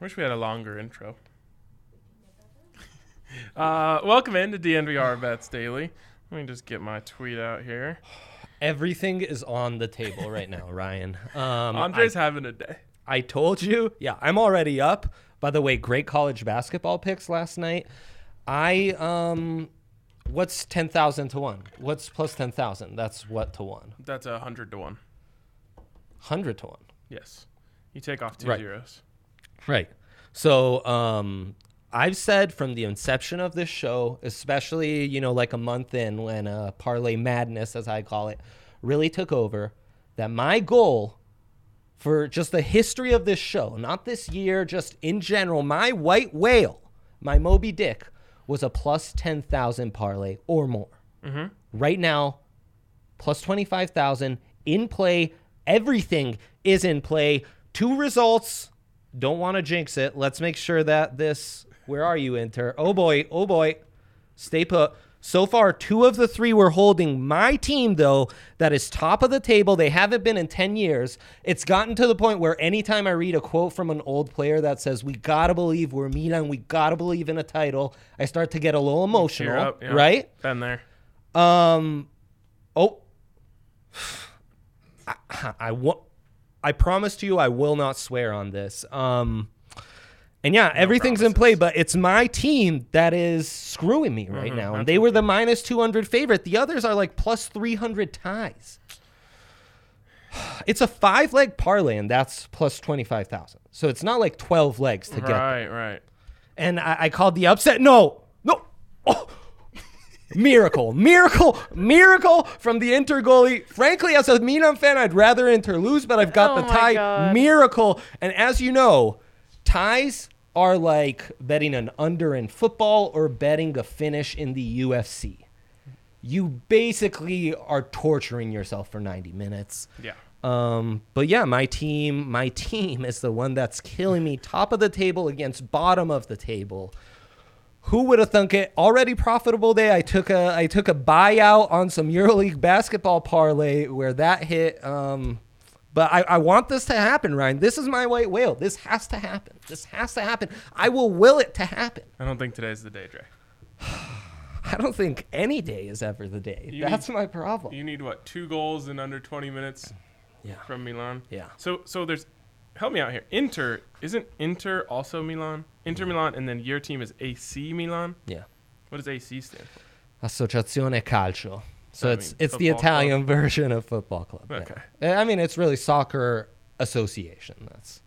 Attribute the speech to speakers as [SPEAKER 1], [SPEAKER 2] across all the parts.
[SPEAKER 1] I wish we had a longer intro. Uh, welcome into DNVR Bets Daily. Let me just get my tweet out here.
[SPEAKER 2] Everything is on the table right now, Ryan. Um,
[SPEAKER 1] Andre's having a day.
[SPEAKER 2] I, I told you. Yeah, I'm already up. By the way, great college basketball picks last night. I um, what's ten thousand to one? What's plus ten thousand? That's what to one?
[SPEAKER 1] That's a hundred to one.
[SPEAKER 2] Hundred to one.
[SPEAKER 1] Yes, you take off two
[SPEAKER 2] Right.
[SPEAKER 1] zeros.
[SPEAKER 2] Right. So, um, I've said from the inception of this show, especially, you know, like a month in when uh, parlay madness, as I call it, really took over, that my goal for just the history of this show, not this year, just in general, my white whale, my Moby Dick, was a plus 10,000 parlay or more. Right now, plus 25,000 in play. Everything is in play. Two results. Don't want to jinx it. Let's make sure that this. Where are you, Inter? Oh boy. Oh boy. Stay put. So far, two of the three were holding my team, though, that is top of the table. They haven't been in 10 years. It's gotten to the point where anytime I read a quote from an old player that says, We gotta believe we're Milan, we gotta believe in a title, I start to get a little emotional,
[SPEAKER 1] Cheer up, yeah.
[SPEAKER 2] right?
[SPEAKER 1] Been there.
[SPEAKER 2] Um, oh, I, I wa- I promise to you, I will not swear on this. Um, and yeah, everything's in play, but it's my team that is screwing me right now. And they were the minus 200 favorite. The others are like plus 300 ties. It's a five leg parlay, and that's plus 25,000. So it's not like 12 legs to get
[SPEAKER 1] Right, right.
[SPEAKER 2] and I, I called the upset. No, no. Oh. miracle, miracle, miracle from the Inter goalie. Frankly, as a Milan fan, I'd rather Inter lose, but I've got
[SPEAKER 1] Oh
[SPEAKER 2] the
[SPEAKER 1] my
[SPEAKER 2] tie.
[SPEAKER 1] God.
[SPEAKER 2] Miracle. And as you know, ties are like betting an under in football or betting a finish in the UFC. You basically are torturing yourself for 90 minutes.
[SPEAKER 1] Yeah.
[SPEAKER 2] Um, but yeah, my team, my team is the one that's killing me. Top of the table against bottom of the table. Who would have thunk it? Already profitable day. I took a I took a buyout on some EuroLeague basketball parlay where that hit. Um, but I, I want this to happen, Ryan. This is my white whale. This has to happen. This has to happen. I will will it to happen.
[SPEAKER 1] I don't think today's the day, Dre.
[SPEAKER 2] I don't think any day is ever the day.
[SPEAKER 1] You-
[SPEAKER 2] That's my problem.
[SPEAKER 1] You need what? Two goals in under 20 minutes
[SPEAKER 2] yeah.
[SPEAKER 1] from Milan.
[SPEAKER 2] Yeah.
[SPEAKER 1] So so there's help me out here. Inter isn't Inter also Milan? Inter Milan and then your team is AC Milan.
[SPEAKER 2] Yeah.
[SPEAKER 1] What does AC stand for?
[SPEAKER 2] Associazione e Calcio. So
[SPEAKER 1] I
[SPEAKER 2] it's
[SPEAKER 1] mean,
[SPEAKER 2] it's the
[SPEAKER 1] football
[SPEAKER 2] Italian version of football club. yeah.
[SPEAKER 1] Okay.
[SPEAKER 2] Uh, I mean, it's really soccer association. That's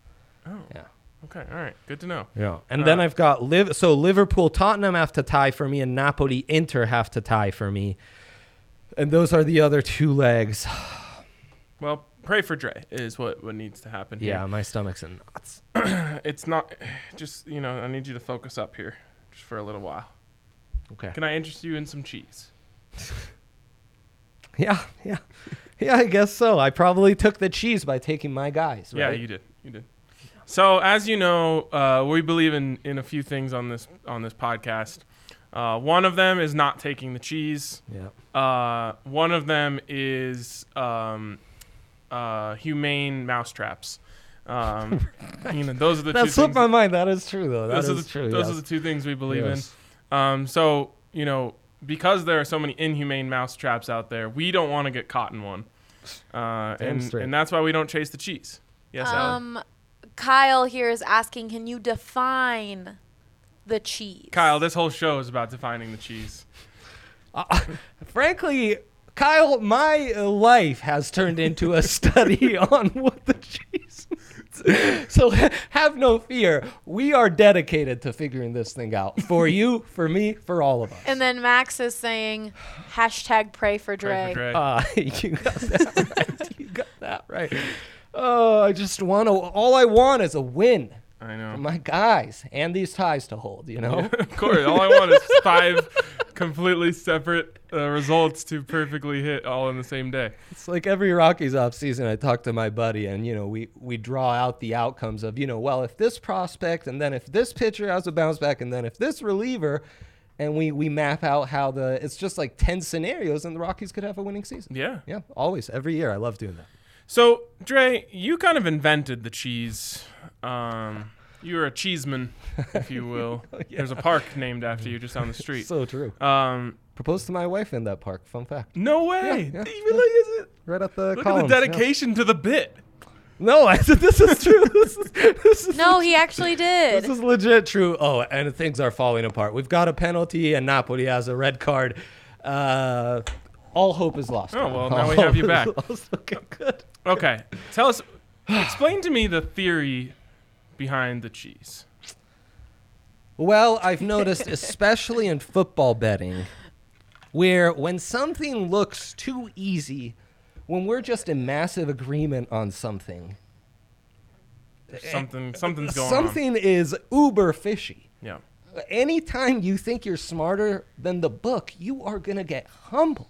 [SPEAKER 1] Oh.
[SPEAKER 2] yeah.
[SPEAKER 1] Okay. All right. Good to know.
[SPEAKER 2] Yeah. And then
[SPEAKER 1] Uh,
[SPEAKER 2] I've got Liv so Liverpool Tottenham have to tie for me and Napoli Inter have to tie for me. And those are the other two legs.
[SPEAKER 1] Well, pray for Dre is what what needs to happen here.
[SPEAKER 2] yeah, my stomach's in knots.
[SPEAKER 1] It's not just, you know, I need you to focus up here just for a little while.
[SPEAKER 2] Okay.
[SPEAKER 1] Can I interest you in some cheese?
[SPEAKER 2] Yeah, yeah. Yeah, I guess so. I probably took the cheese by taking my guys,
[SPEAKER 1] Yeah,
[SPEAKER 2] right?
[SPEAKER 1] you did. You did. So as you know, uh, we believe in, in a few things on this on this podcast. Uh, one of them is not taking the cheese.
[SPEAKER 2] yeah.
[SPEAKER 1] Uh, one of them is um, uh, humane mousetraps. Um, you know, those are the
[SPEAKER 2] That
[SPEAKER 1] two
[SPEAKER 2] slipped
[SPEAKER 1] things.
[SPEAKER 2] my mind. That is true though. That
[SPEAKER 1] those
[SPEAKER 2] is
[SPEAKER 1] are the,
[SPEAKER 2] true.
[SPEAKER 1] those
[SPEAKER 2] yes.
[SPEAKER 1] are the two things we believe
[SPEAKER 2] Yes.
[SPEAKER 1] in. Um, so you know, because there are so many inhumane mousetraps out there, we don't want to get caught in one, uh, and
[SPEAKER 2] straight.
[SPEAKER 1] and that's why we don't chase the cheese. Yes, Allie?
[SPEAKER 3] Um, Kyle here is asking, can you define the cheese?
[SPEAKER 1] Kyle, this whole show is about defining the cheese.
[SPEAKER 2] Frankly, Kyle, my uh, life has turned into a study on what the cheese is. So ha- have no fear. We are dedicated to figuring this thing out for you, for me, for all of us.
[SPEAKER 3] And then Max is saying, hashtag pray for Dre.
[SPEAKER 1] Pray for Dre.
[SPEAKER 2] Uh, you got that right. You got that right. Oh, I just want to. All I want is a win
[SPEAKER 1] I
[SPEAKER 2] for
[SPEAKER 1] know.
[SPEAKER 2] my guys and these ties to hold. You know.
[SPEAKER 1] of course, all I want is five completely separate uh, results to perfectly hit all in the same day.
[SPEAKER 2] It's like every Rockies off season, I talk to my buddy, and you know, we we draw out the outcomes of you know, well, if this prospect, and then if this pitcher has a bounce back, and then if this reliever, and we we map out how the it's just like ten scenarios, and the Rockies could have a winning season.
[SPEAKER 1] Yeah.
[SPEAKER 2] Yeah, always, every year, I love doing that.
[SPEAKER 1] So, Dre, you kind of invented the cheese. Um, You're a cheeseman, if you will. There's a park named after you just down the street.
[SPEAKER 2] Oh, So true.
[SPEAKER 1] um,
[SPEAKER 2] Proposed to my wife in that park. Fun fact.
[SPEAKER 1] no way.
[SPEAKER 2] yeah,
[SPEAKER 1] He really isn't.
[SPEAKER 2] Right at the
[SPEAKER 1] Look
[SPEAKER 2] columns,
[SPEAKER 1] at
[SPEAKER 2] yeah.
[SPEAKER 1] the dedication to the bit.
[SPEAKER 2] No, I said this is true. this is this is
[SPEAKER 3] No, he actually
[SPEAKER 2] This
[SPEAKER 3] did.
[SPEAKER 2] is legit true. Oh, and things are falling apart. We've got a penalty, and Napoli has a red card. Uh, all hope is lost.
[SPEAKER 1] Oh, well,
[SPEAKER 2] All
[SPEAKER 1] now we have you
[SPEAKER 2] hope is
[SPEAKER 1] back.
[SPEAKER 2] lost. Okay, good.
[SPEAKER 1] Okay, tell us. Explain to me the theory behind the cheese.
[SPEAKER 2] Well, I've noticed, especially in football betting, where when something looks too easy, when we're just in massive agreement on something,
[SPEAKER 1] Something, something's going on.
[SPEAKER 2] Eh, something is uber fishy.
[SPEAKER 1] Yeah.
[SPEAKER 2] anytime you think you're smarter than the book, you are going to get humbled.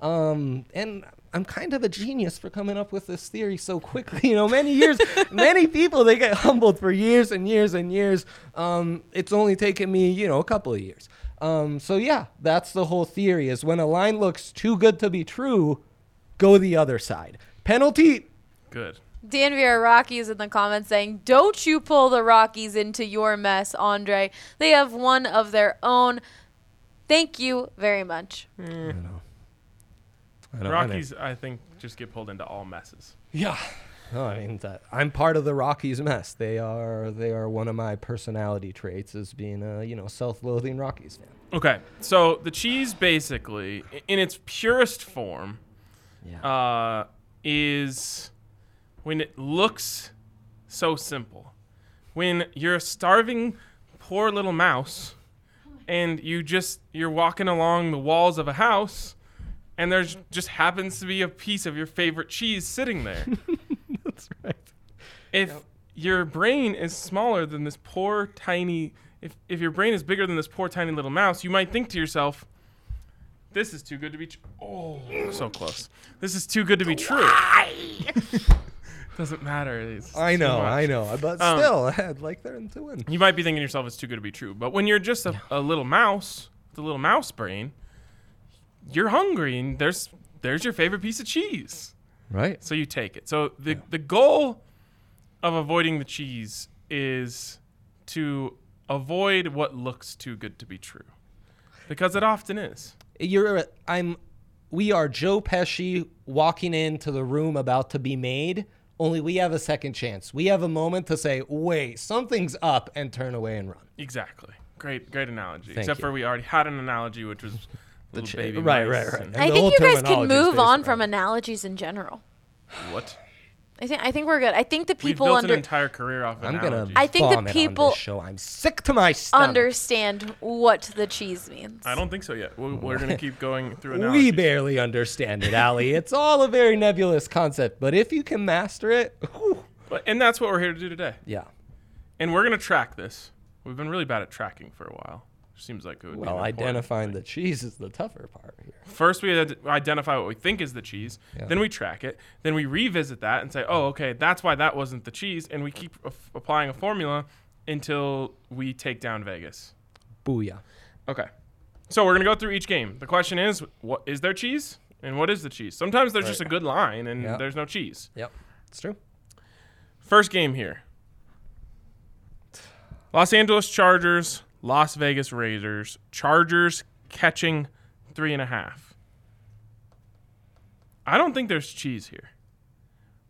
[SPEAKER 2] Um, and I'm kind of a genius for coming up with this theory so quickly. You know, many years, many people, they get humbled for years and years and years. Um, it's only taken me, you know, a couple of years. Um, so yeah, that's the whole theory is when a line looks too good to be true, go the other side. Penalty,
[SPEAKER 1] Good.
[SPEAKER 3] Dan Vieira Rockies in the comments saying, Don't you pull the Rockies into your mess, Andre. They have one of their own. Thank you very much.
[SPEAKER 2] I don't- I don't-
[SPEAKER 1] Rockies, I think, just get pulled into all messes.
[SPEAKER 2] Yeah. No, I mean that I'm part of the Rockies mess. They are they are one of my personality traits is being a you know self-loathing Rockies fan.
[SPEAKER 1] Okay, so the cheese basically, i- in its purest form,
[SPEAKER 2] Yeah.
[SPEAKER 1] uh, is when it looks so simple. When you're a starving poor little mouse and you just you're walking along the walls of a house and there's just happens to be a piece of your favorite cheese sitting there.
[SPEAKER 2] That's right.
[SPEAKER 1] if your brain is smaller than this poor tiny if, if your brain is bigger than this poor tiny little mouse you might think to yourself this is too good to be tr- oh so close this is too good to be true doesn't matter it's
[SPEAKER 2] I
[SPEAKER 1] too
[SPEAKER 2] know,
[SPEAKER 1] much.
[SPEAKER 2] I know. But
[SPEAKER 1] Um,
[SPEAKER 2] still, I'd like them to win.
[SPEAKER 1] you might be thinking to yourself it's too good to be true but when you're just a, a little mouse with a little mouse brain you're hungry and there's there's your favorite piece of cheese
[SPEAKER 2] Right.
[SPEAKER 1] so you take it. So the the goal of avoiding the cheese is to avoid what looks too good to be true. Because it often is.
[SPEAKER 2] You're a- I'm we are Joe Pesci walking into the room about to be made. Only we have a second chance. We have a moment to say, "Wait, something's up," and turn away and run.
[SPEAKER 1] Exactly. Great great analogy.
[SPEAKER 2] Thank
[SPEAKER 1] Except
[SPEAKER 2] you.
[SPEAKER 1] for we already had an analogy which was little
[SPEAKER 2] chi-
[SPEAKER 1] baby
[SPEAKER 2] right,
[SPEAKER 1] mice
[SPEAKER 2] right, right.
[SPEAKER 1] and-
[SPEAKER 2] And
[SPEAKER 3] I
[SPEAKER 2] the
[SPEAKER 3] think
[SPEAKER 2] whole
[SPEAKER 3] you guys can
[SPEAKER 2] terminology is
[SPEAKER 3] move
[SPEAKER 2] based
[SPEAKER 3] on
[SPEAKER 2] on-
[SPEAKER 3] from analogies in general.
[SPEAKER 1] what?
[SPEAKER 3] I think I think we're good. I think the
[SPEAKER 1] We've
[SPEAKER 3] people
[SPEAKER 1] built
[SPEAKER 3] under
[SPEAKER 1] an entire career off
[SPEAKER 2] I'm
[SPEAKER 1] analogies.
[SPEAKER 2] gonna.
[SPEAKER 1] I,
[SPEAKER 3] I think the
[SPEAKER 2] vomit on this
[SPEAKER 3] people-
[SPEAKER 2] show. I'm sick to my stomach.
[SPEAKER 3] understand what the cheese means.
[SPEAKER 1] don't think so yet. We're, we're going to keep going through analogies.
[SPEAKER 2] We barely understand it, Ali. It's all a very nebulous concept, but if you can master it, whew.
[SPEAKER 1] But- and that's what we're here to do today.
[SPEAKER 2] yeah.
[SPEAKER 1] And we're going to track this. We've been really bad at tracking for a while. Seems like it would be
[SPEAKER 2] Well,
[SPEAKER 1] an important
[SPEAKER 2] identifying the cheese is the tougher part here.
[SPEAKER 1] First, we ad- identify what we think is the cheese. Then we track it. Then we revisit that and say, oh, okay, that's why that wasn't the cheese. And we keep af- applying a formula until we take down Vegas.
[SPEAKER 2] Booyah.
[SPEAKER 1] Okay. So we're going to go through each game. The question is, what is there cheese? And what is the cheese? Sometimes there's just a good line and
[SPEAKER 2] Yeah.
[SPEAKER 1] there's no cheese.
[SPEAKER 2] Yep, it's true.
[SPEAKER 1] First game here Los Angeles Chargers, Las Vegas Raiders. Chargers catching three and a half. I don't think there's cheese here.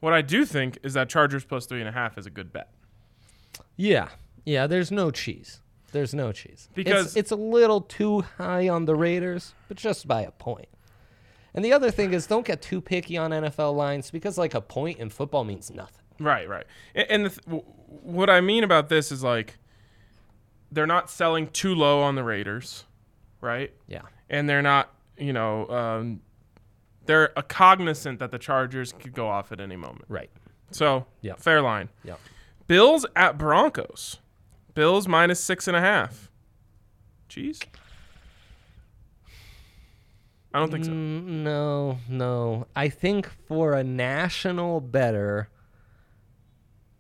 [SPEAKER 1] What I do think is that Chargers plus three and a half is a good bet.
[SPEAKER 2] Yeah, yeah. There's no cheese. There's no cheese It's-
[SPEAKER 1] Because-
[SPEAKER 2] it's, a little too high on the Raiders, but just by a point. And the other thing is, don't get too picky on NFL lines because, like, a point in football means nothing.
[SPEAKER 1] Right, right. A- And the th- w- what I mean about this is like they're not selling too low on the Raiders, right?
[SPEAKER 2] Yeah,
[SPEAKER 1] and they're not, you know, um, they're a cognizant that the Chargers could go off at any moment.
[SPEAKER 2] right.
[SPEAKER 1] So,
[SPEAKER 2] Yep.
[SPEAKER 1] fair line.
[SPEAKER 2] Yep.
[SPEAKER 1] Bills at Broncos. Bills minus six and a half. Cheese? I don't think so.
[SPEAKER 2] Mm, No, no. I think for a national better,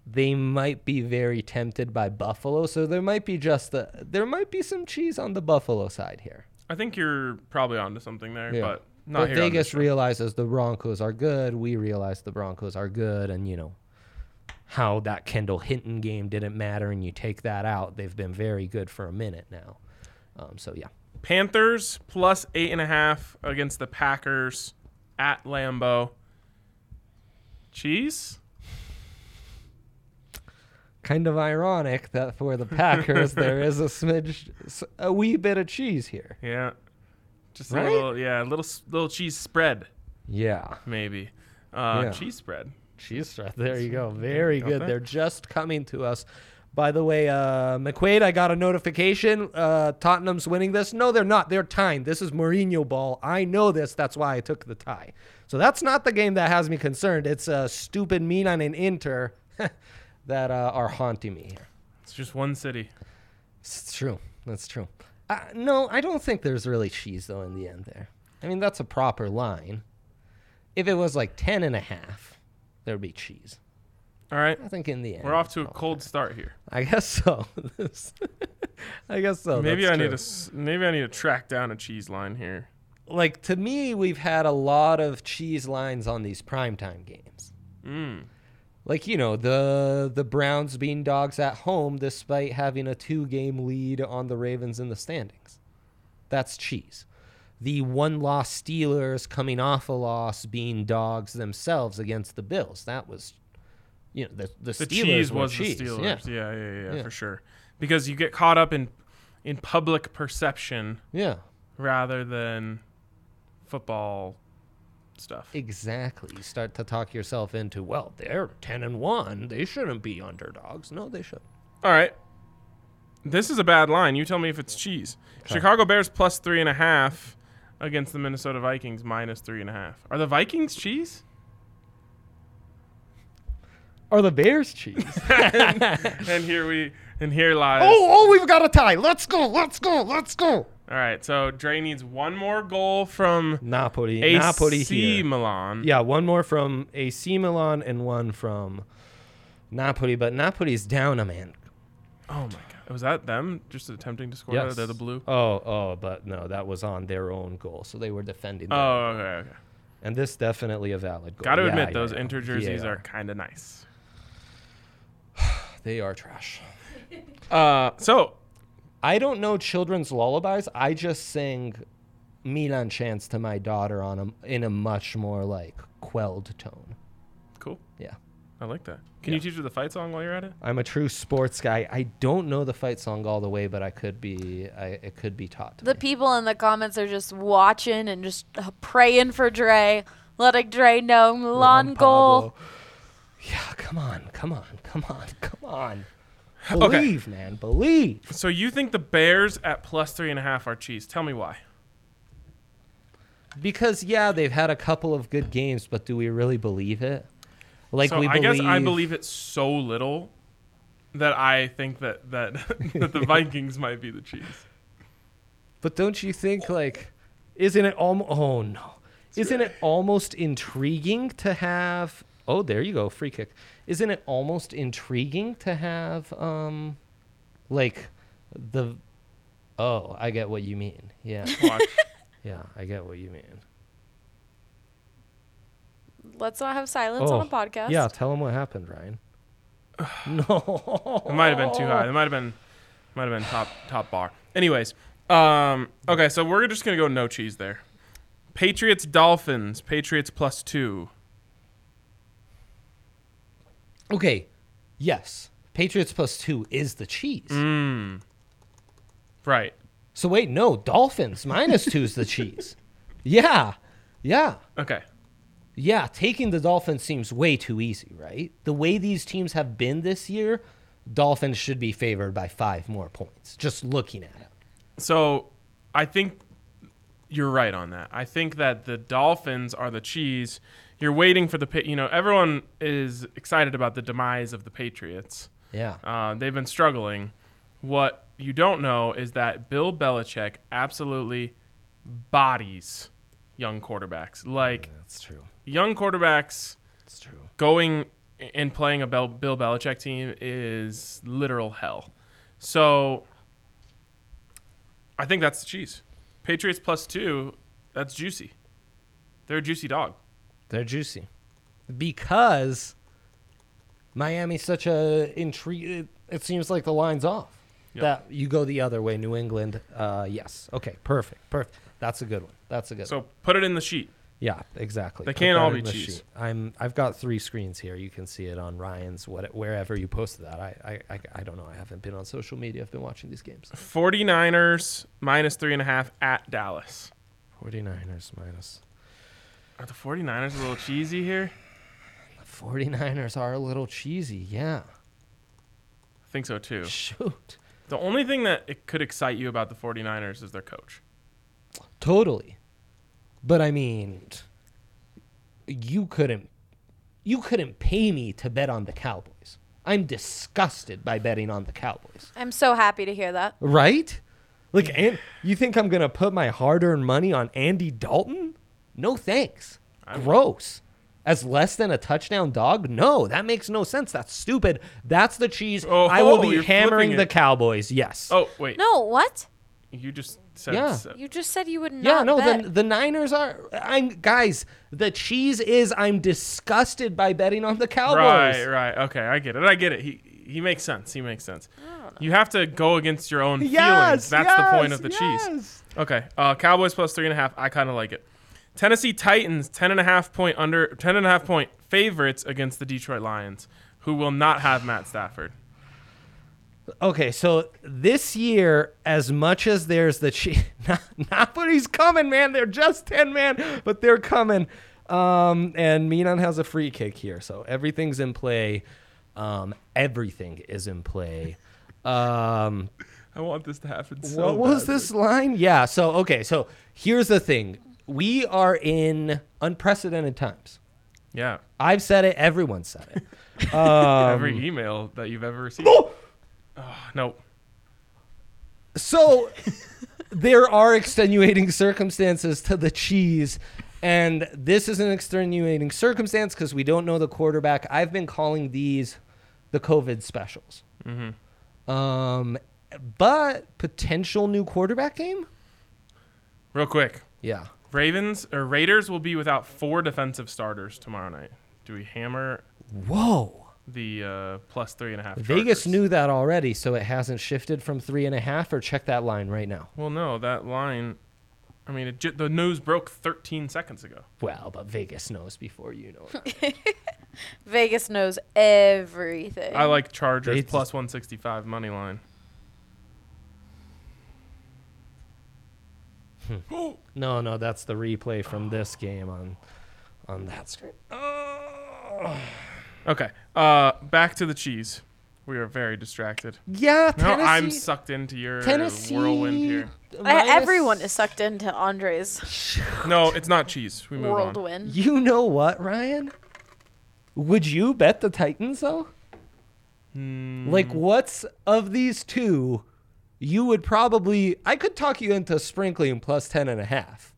[SPEAKER 2] they might be very tempted by Buffalo. So there might be just a, there might be some cheese on the Buffalo side here.
[SPEAKER 1] I think you're probably onto something there,
[SPEAKER 2] Yeah.
[SPEAKER 1] but not
[SPEAKER 2] but
[SPEAKER 1] here. on this
[SPEAKER 2] Vegas
[SPEAKER 1] show.
[SPEAKER 2] realizes the Broncos are good. We realize the Broncos are good, and you know, how that Kendall Hinton game didn't matter, and you take that out, they've been very good for a minute now. Um, so yeah,
[SPEAKER 1] Panthers plus eight and a half against the Packers at Lambeau. Cheese?
[SPEAKER 2] kind of ironic that for the Packers there is a smidge, a wee bit of cheese here.
[SPEAKER 1] Yeah. Just
[SPEAKER 2] Right?
[SPEAKER 1] a little, yeah, a little s- little cheese spread
[SPEAKER 2] Yeah,
[SPEAKER 1] maybe. Uh,
[SPEAKER 2] Yeah.
[SPEAKER 1] Cheese spread.
[SPEAKER 2] cheese strut. There you go. Very
[SPEAKER 1] Got
[SPEAKER 2] good.
[SPEAKER 1] that?
[SPEAKER 2] They're just coming to us. By the way, uh, McQuaid, I got a notification. Uh, Tottenham's winning this. No, they're not. They're tying. This is Mourinho ball. I know this. That's why I took the tie. So that's not the game that has me concerned. It's a stupid Milan and Inter that uh, are haunting me here.
[SPEAKER 1] It's just one city.
[SPEAKER 2] It's true. That's true. Uh, no, I don't think there's really cheese though in the end there. I mean, that's a proper line. If it was like 10 and a half, there would be cheese.
[SPEAKER 1] All right.
[SPEAKER 2] I think in the end.
[SPEAKER 1] We're off to a
[SPEAKER 2] it's all-
[SPEAKER 1] cold start here.
[SPEAKER 2] I guess so. This- I guess so.
[SPEAKER 1] maybe
[SPEAKER 2] Oh, that's
[SPEAKER 1] I need
[SPEAKER 2] true.
[SPEAKER 1] to s- maybe I need to track down a cheese line here.
[SPEAKER 2] Like, to me, we've had a lot of cheese lines on these primetime games.
[SPEAKER 1] Mm.
[SPEAKER 2] Like, you know, the the Browns being dogs at home despite having a two game lead on the Ravens in the standings. That's cheese. The one loss Steelers coming off a loss being dogs themselves against the Bills. That was, you know, the, the,
[SPEAKER 1] The
[SPEAKER 2] Steelers
[SPEAKER 1] cheese
[SPEAKER 2] were
[SPEAKER 1] was
[SPEAKER 2] cheese.
[SPEAKER 1] the Steelers. Yeah.
[SPEAKER 2] Yeah.
[SPEAKER 1] Yeah, yeah,
[SPEAKER 2] Yeah.
[SPEAKER 1] for sure. Because you get caught up in in public perception
[SPEAKER 2] yeah.
[SPEAKER 1] rather than football stuff.
[SPEAKER 2] Exactly. You start to talk yourself into, well, they're 10 and 1. They shouldn't be underdogs. No, they should.
[SPEAKER 1] All right. This is a bad line. You tell me if it's cheese. Chicago Bears plus three and a half against the Minnesota Vikings minus three and a half. Are the Vikings cheese?
[SPEAKER 2] Are the Bears cheese?
[SPEAKER 1] And here we and here lies.
[SPEAKER 2] oh, we've got a tie. Let's go. Let's go. Let's go.
[SPEAKER 1] All right. So Dre needs one more goal from
[SPEAKER 2] Napoli. Napoli
[SPEAKER 1] AC
[SPEAKER 2] here.
[SPEAKER 1] Milan.
[SPEAKER 2] Yeah, one more from AC Milan and one from Napoli, but Napoli's down a man.
[SPEAKER 1] Oh my god. Was that them just attempting to score out of the blue?
[SPEAKER 2] Oh, oh, but no, that was on their own goal, so they were defending. their-
[SPEAKER 1] Oh, okay, okay.
[SPEAKER 2] and this definitely a valid goal.
[SPEAKER 1] Got to
[SPEAKER 2] Yeah,
[SPEAKER 1] admit
[SPEAKER 2] yeah,
[SPEAKER 1] those
[SPEAKER 2] yeah.
[SPEAKER 1] Inter jerseys
[SPEAKER 2] VAR.
[SPEAKER 1] are kind of nice.
[SPEAKER 2] they are trash.
[SPEAKER 1] Uh, so
[SPEAKER 2] I don't know children's lullabies. I just sing Milan chants to my daughter on a, in a much more like quelled tone.
[SPEAKER 1] cool.
[SPEAKER 2] Yeah.
[SPEAKER 1] I like that. Can you teach her the fight song while you're at it?
[SPEAKER 2] I'm a true sports guy. I don't know the fight song all the way, but I could be I it could be taught. To
[SPEAKER 3] The
[SPEAKER 2] me.
[SPEAKER 3] people in the comments are just watching and just uh, praying for Dre, letting Dre know Milan
[SPEAKER 2] Juan
[SPEAKER 3] goal.
[SPEAKER 2] Pablo. Yeah, come on, come on, come on, come on.
[SPEAKER 1] Okay.
[SPEAKER 2] Believe, man, believe.
[SPEAKER 1] So you think the Bears at plus three and a half are cheese? Tell me why.
[SPEAKER 2] Because yeah, they've had a couple of good games, but do we really believe it? Like
[SPEAKER 1] so
[SPEAKER 2] we
[SPEAKER 1] I
[SPEAKER 2] believe,
[SPEAKER 1] guess I believe it so little that I think that that, that the Vikings might be the cheese.
[SPEAKER 2] But don't you think like isn't it almost oh no. Isn't it almost intriguing to have Oh, there you go, free kick. Isn't it almost intriguing to have um like the Oh, I get what you mean. Yeah.
[SPEAKER 1] Watch.
[SPEAKER 2] Yeah, I get what you mean.
[SPEAKER 3] Let's not have silence on a podcast.
[SPEAKER 2] Yeah, tell them what happened, Ryan. no.
[SPEAKER 1] It might have been too high. It might have been might have been top top bar. Anyways, um, okay, so we're just gonna go no cheese there. Patriots Dolphins. Patriots plus two.
[SPEAKER 2] Okay. Yes. Patriots plus two is the cheese.
[SPEAKER 1] Right.
[SPEAKER 2] So wait, no, Dolphins minus two is the cheese. Yeah. Yeah.
[SPEAKER 1] Okay.
[SPEAKER 2] Yeah. Taking the Dolphins seems way too easy, right? The way these teams have been this year, Dolphins should be favored by five more points. Just looking at it.
[SPEAKER 1] So I think you're right on that. I think that the Dolphins are the cheese. You're waiting for the pa- you know everyone is excited about the demise of the Patriots.
[SPEAKER 2] Yeah.
[SPEAKER 1] Uh, they've been struggling. What you don't know is that Bill Belichick absolutely bodies young quarterbacks. Like
[SPEAKER 2] That's true.
[SPEAKER 1] young quarterbacks
[SPEAKER 2] That's true.
[SPEAKER 1] going and playing a Bel- Bill Belichick team is literal hell. So I think that's the cheese. Patriots plus two, that's juicy. They're a juicy dog.
[SPEAKER 2] They're juicy. Because Miami's such a intrigue. It, it seems like the line's off.
[SPEAKER 1] Yep.
[SPEAKER 2] That you go the other way, New England. Uh, yes. Okay. Perfect. Perfect. That's a good one. That's a good. one.
[SPEAKER 1] So put it in the sheet.
[SPEAKER 2] Yeah, exactly.
[SPEAKER 1] They
[SPEAKER 2] Put
[SPEAKER 1] can't
[SPEAKER 2] that
[SPEAKER 1] all
[SPEAKER 2] in
[SPEAKER 1] be
[SPEAKER 2] the
[SPEAKER 1] cheese.
[SPEAKER 2] sheet. I'm I've got three screens here. You can see it on Ryan's what wherever you posted that. I I, I, I don't know. I haven't been on social media. I've been watching these games.
[SPEAKER 1] 49ers minus three and a half at Dallas.
[SPEAKER 2] 49ers minus.
[SPEAKER 1] Are the 49ers a little cheesy here?
[SPEAKER 2] The 49ers are a little cheesy. Yeah.
[SPEAKER 1] I think so too.
[SPEAKER 2] Shoot.
[SPEAKER 1] The only thing that it could excite you about the 49ers is their coach.
[SPEAKER 2] Totally. But I mean, you couldn't you couldn't pay me to bet on the Cowboys. I'm disgusted by betting on the Cowboys.
[SPEAKER 3] I'm so happy to hear that.
[SPEAKER 2] Right? Like, and you think I'm gonna put my hard-earned money on Andy Dalton? No thanks. Gross. As less than a touchdown dog? No, that makes no sense. That's stupid. That's the cheese.
[SPEAKER 1] Oh,
[SPEAKER 2] I will be
[SPEAKER 1] you're
[SPEAKER 2] hammering
[SPEAKER 1] flipping
[SPEAKER 2] the
[SPEAKER 1] it.
[SPEAKER 2] Cowboys. Yes.
[SPEAKER 1] Oh, wait.
[SPEAKER 3] No, what?
[SPEAKER 1] You just said
[SPEAKER 2] Yeah.
[SPEAKER 1] so-
[SPEAKER 3] You just said you would not.
[SPEAKER 2] Yeah, no,
[SPEAKER 3] bet.
[SPEAKER 2] the, the Niners are. I'm guys. The cheese is. I'm disgusted by betting on the
[SPEAKER 1] Right,
[SPEAKER 2] Cowboys.
[SPEAKER 1] right. Okay, I get it. I get it. He he makes sense. He makes sense. You have to go against your own feelings.
[SPEAKER 2] Yes,
[SPEAKER 1] That's the point
[SPEAKER 2] yes,
[SPEAKER 1] of the
[SPEAKER 2] yes.
[SPEAKER 1] cheese. Okay. Uh, Cowboys plus three and a half. I kind of like it. Tennessee Titans ten and a half point under ten and a half point favorites against the Detroit Lions, who will not have Matt Stafford.
[SPEAKER 2] Okay, so this year, as much as there's the cheese, not, nobody's coming, man. They're just ten man, but they're coming. Um, and Minan has a free kick here, so everything's in play. Um, everything is in play. Um,
[SPEAKER 1] I want this to happen. So
[SPEAKER 2] what was this line? Yeah. So okay. So here's the thing. We are in unprecedented times.
[SPEAKER 1] Yeah.
[SPEAKER 2] I've said it. Everyone said it. Um,
[SPEAKER 1] Every email that you've ever received. Ah, no.
[SPEAKER 2] So there are extenuating circumstances to the cheese. And this is an extenuating circumstance because we don't know the quarterback. I've been calling these the COVID specials. Um, but potential new quarterback game?
[SPEAKER 1] Real quick.
[SPEAKER 2] Yeah.
[SPEAKER 1] Ravens or Raiders will be without four defensive starters tomorrow night. Do we hammer
[SPEAKER 2] Whoa.
[SPEAKER 1] the uh, plus three and a half?
[SPEAKER 2] Vegas
[SPEAKER 1] Chargers?
[SPEAKER 2] knew that already, so it hasn't shifted from three and a half. Or check that line right now.
[SPEAKER 1] Well, no, that line. I mean, it ju- the news broke 13 seconds ago.
[SPEAKER 2] Well, but Vegas knows before you know. it.
[SPEAKER 3] Vegas knows everything.
[SPEAKER 1] I like Chargers
[SPEAKER 2] They
[SPEAKER 1] plus 165 money line.
[SPEAKER 2] no, no, that's the replay from this game on, on that screen. Oh.
[SPEAKER 1] Okay, uh, back to the cheese. We are very distracted.
[SPEAKER 2] Yeah,
[SPEAKER 1] No,
[SPEAKER 2] Tennessee.
[SPEAKER 1] I'm sucked into your
[SPEAKER 2] Tennessee.
[SPEAKER 1] whirlwind here.
[SPEAKER 3] I-
[SPEAKER 2] minus-
[SPEAKER 3] everyone is sucked into Andre's
[SPEAKER 1] No, it's not cheese. We move
[SPEAKER 3] world
[SPEAKER 1] on.
[SPEAKER 3] win.
[SPEAKER 2] You know what, Ryan? Would you bet the Titans though?
[SPEAKER 1] Hmm.
[SPEAKER 2] Like, what's of these two? You would probably. I could talk you into sprinkling plus ten and a half,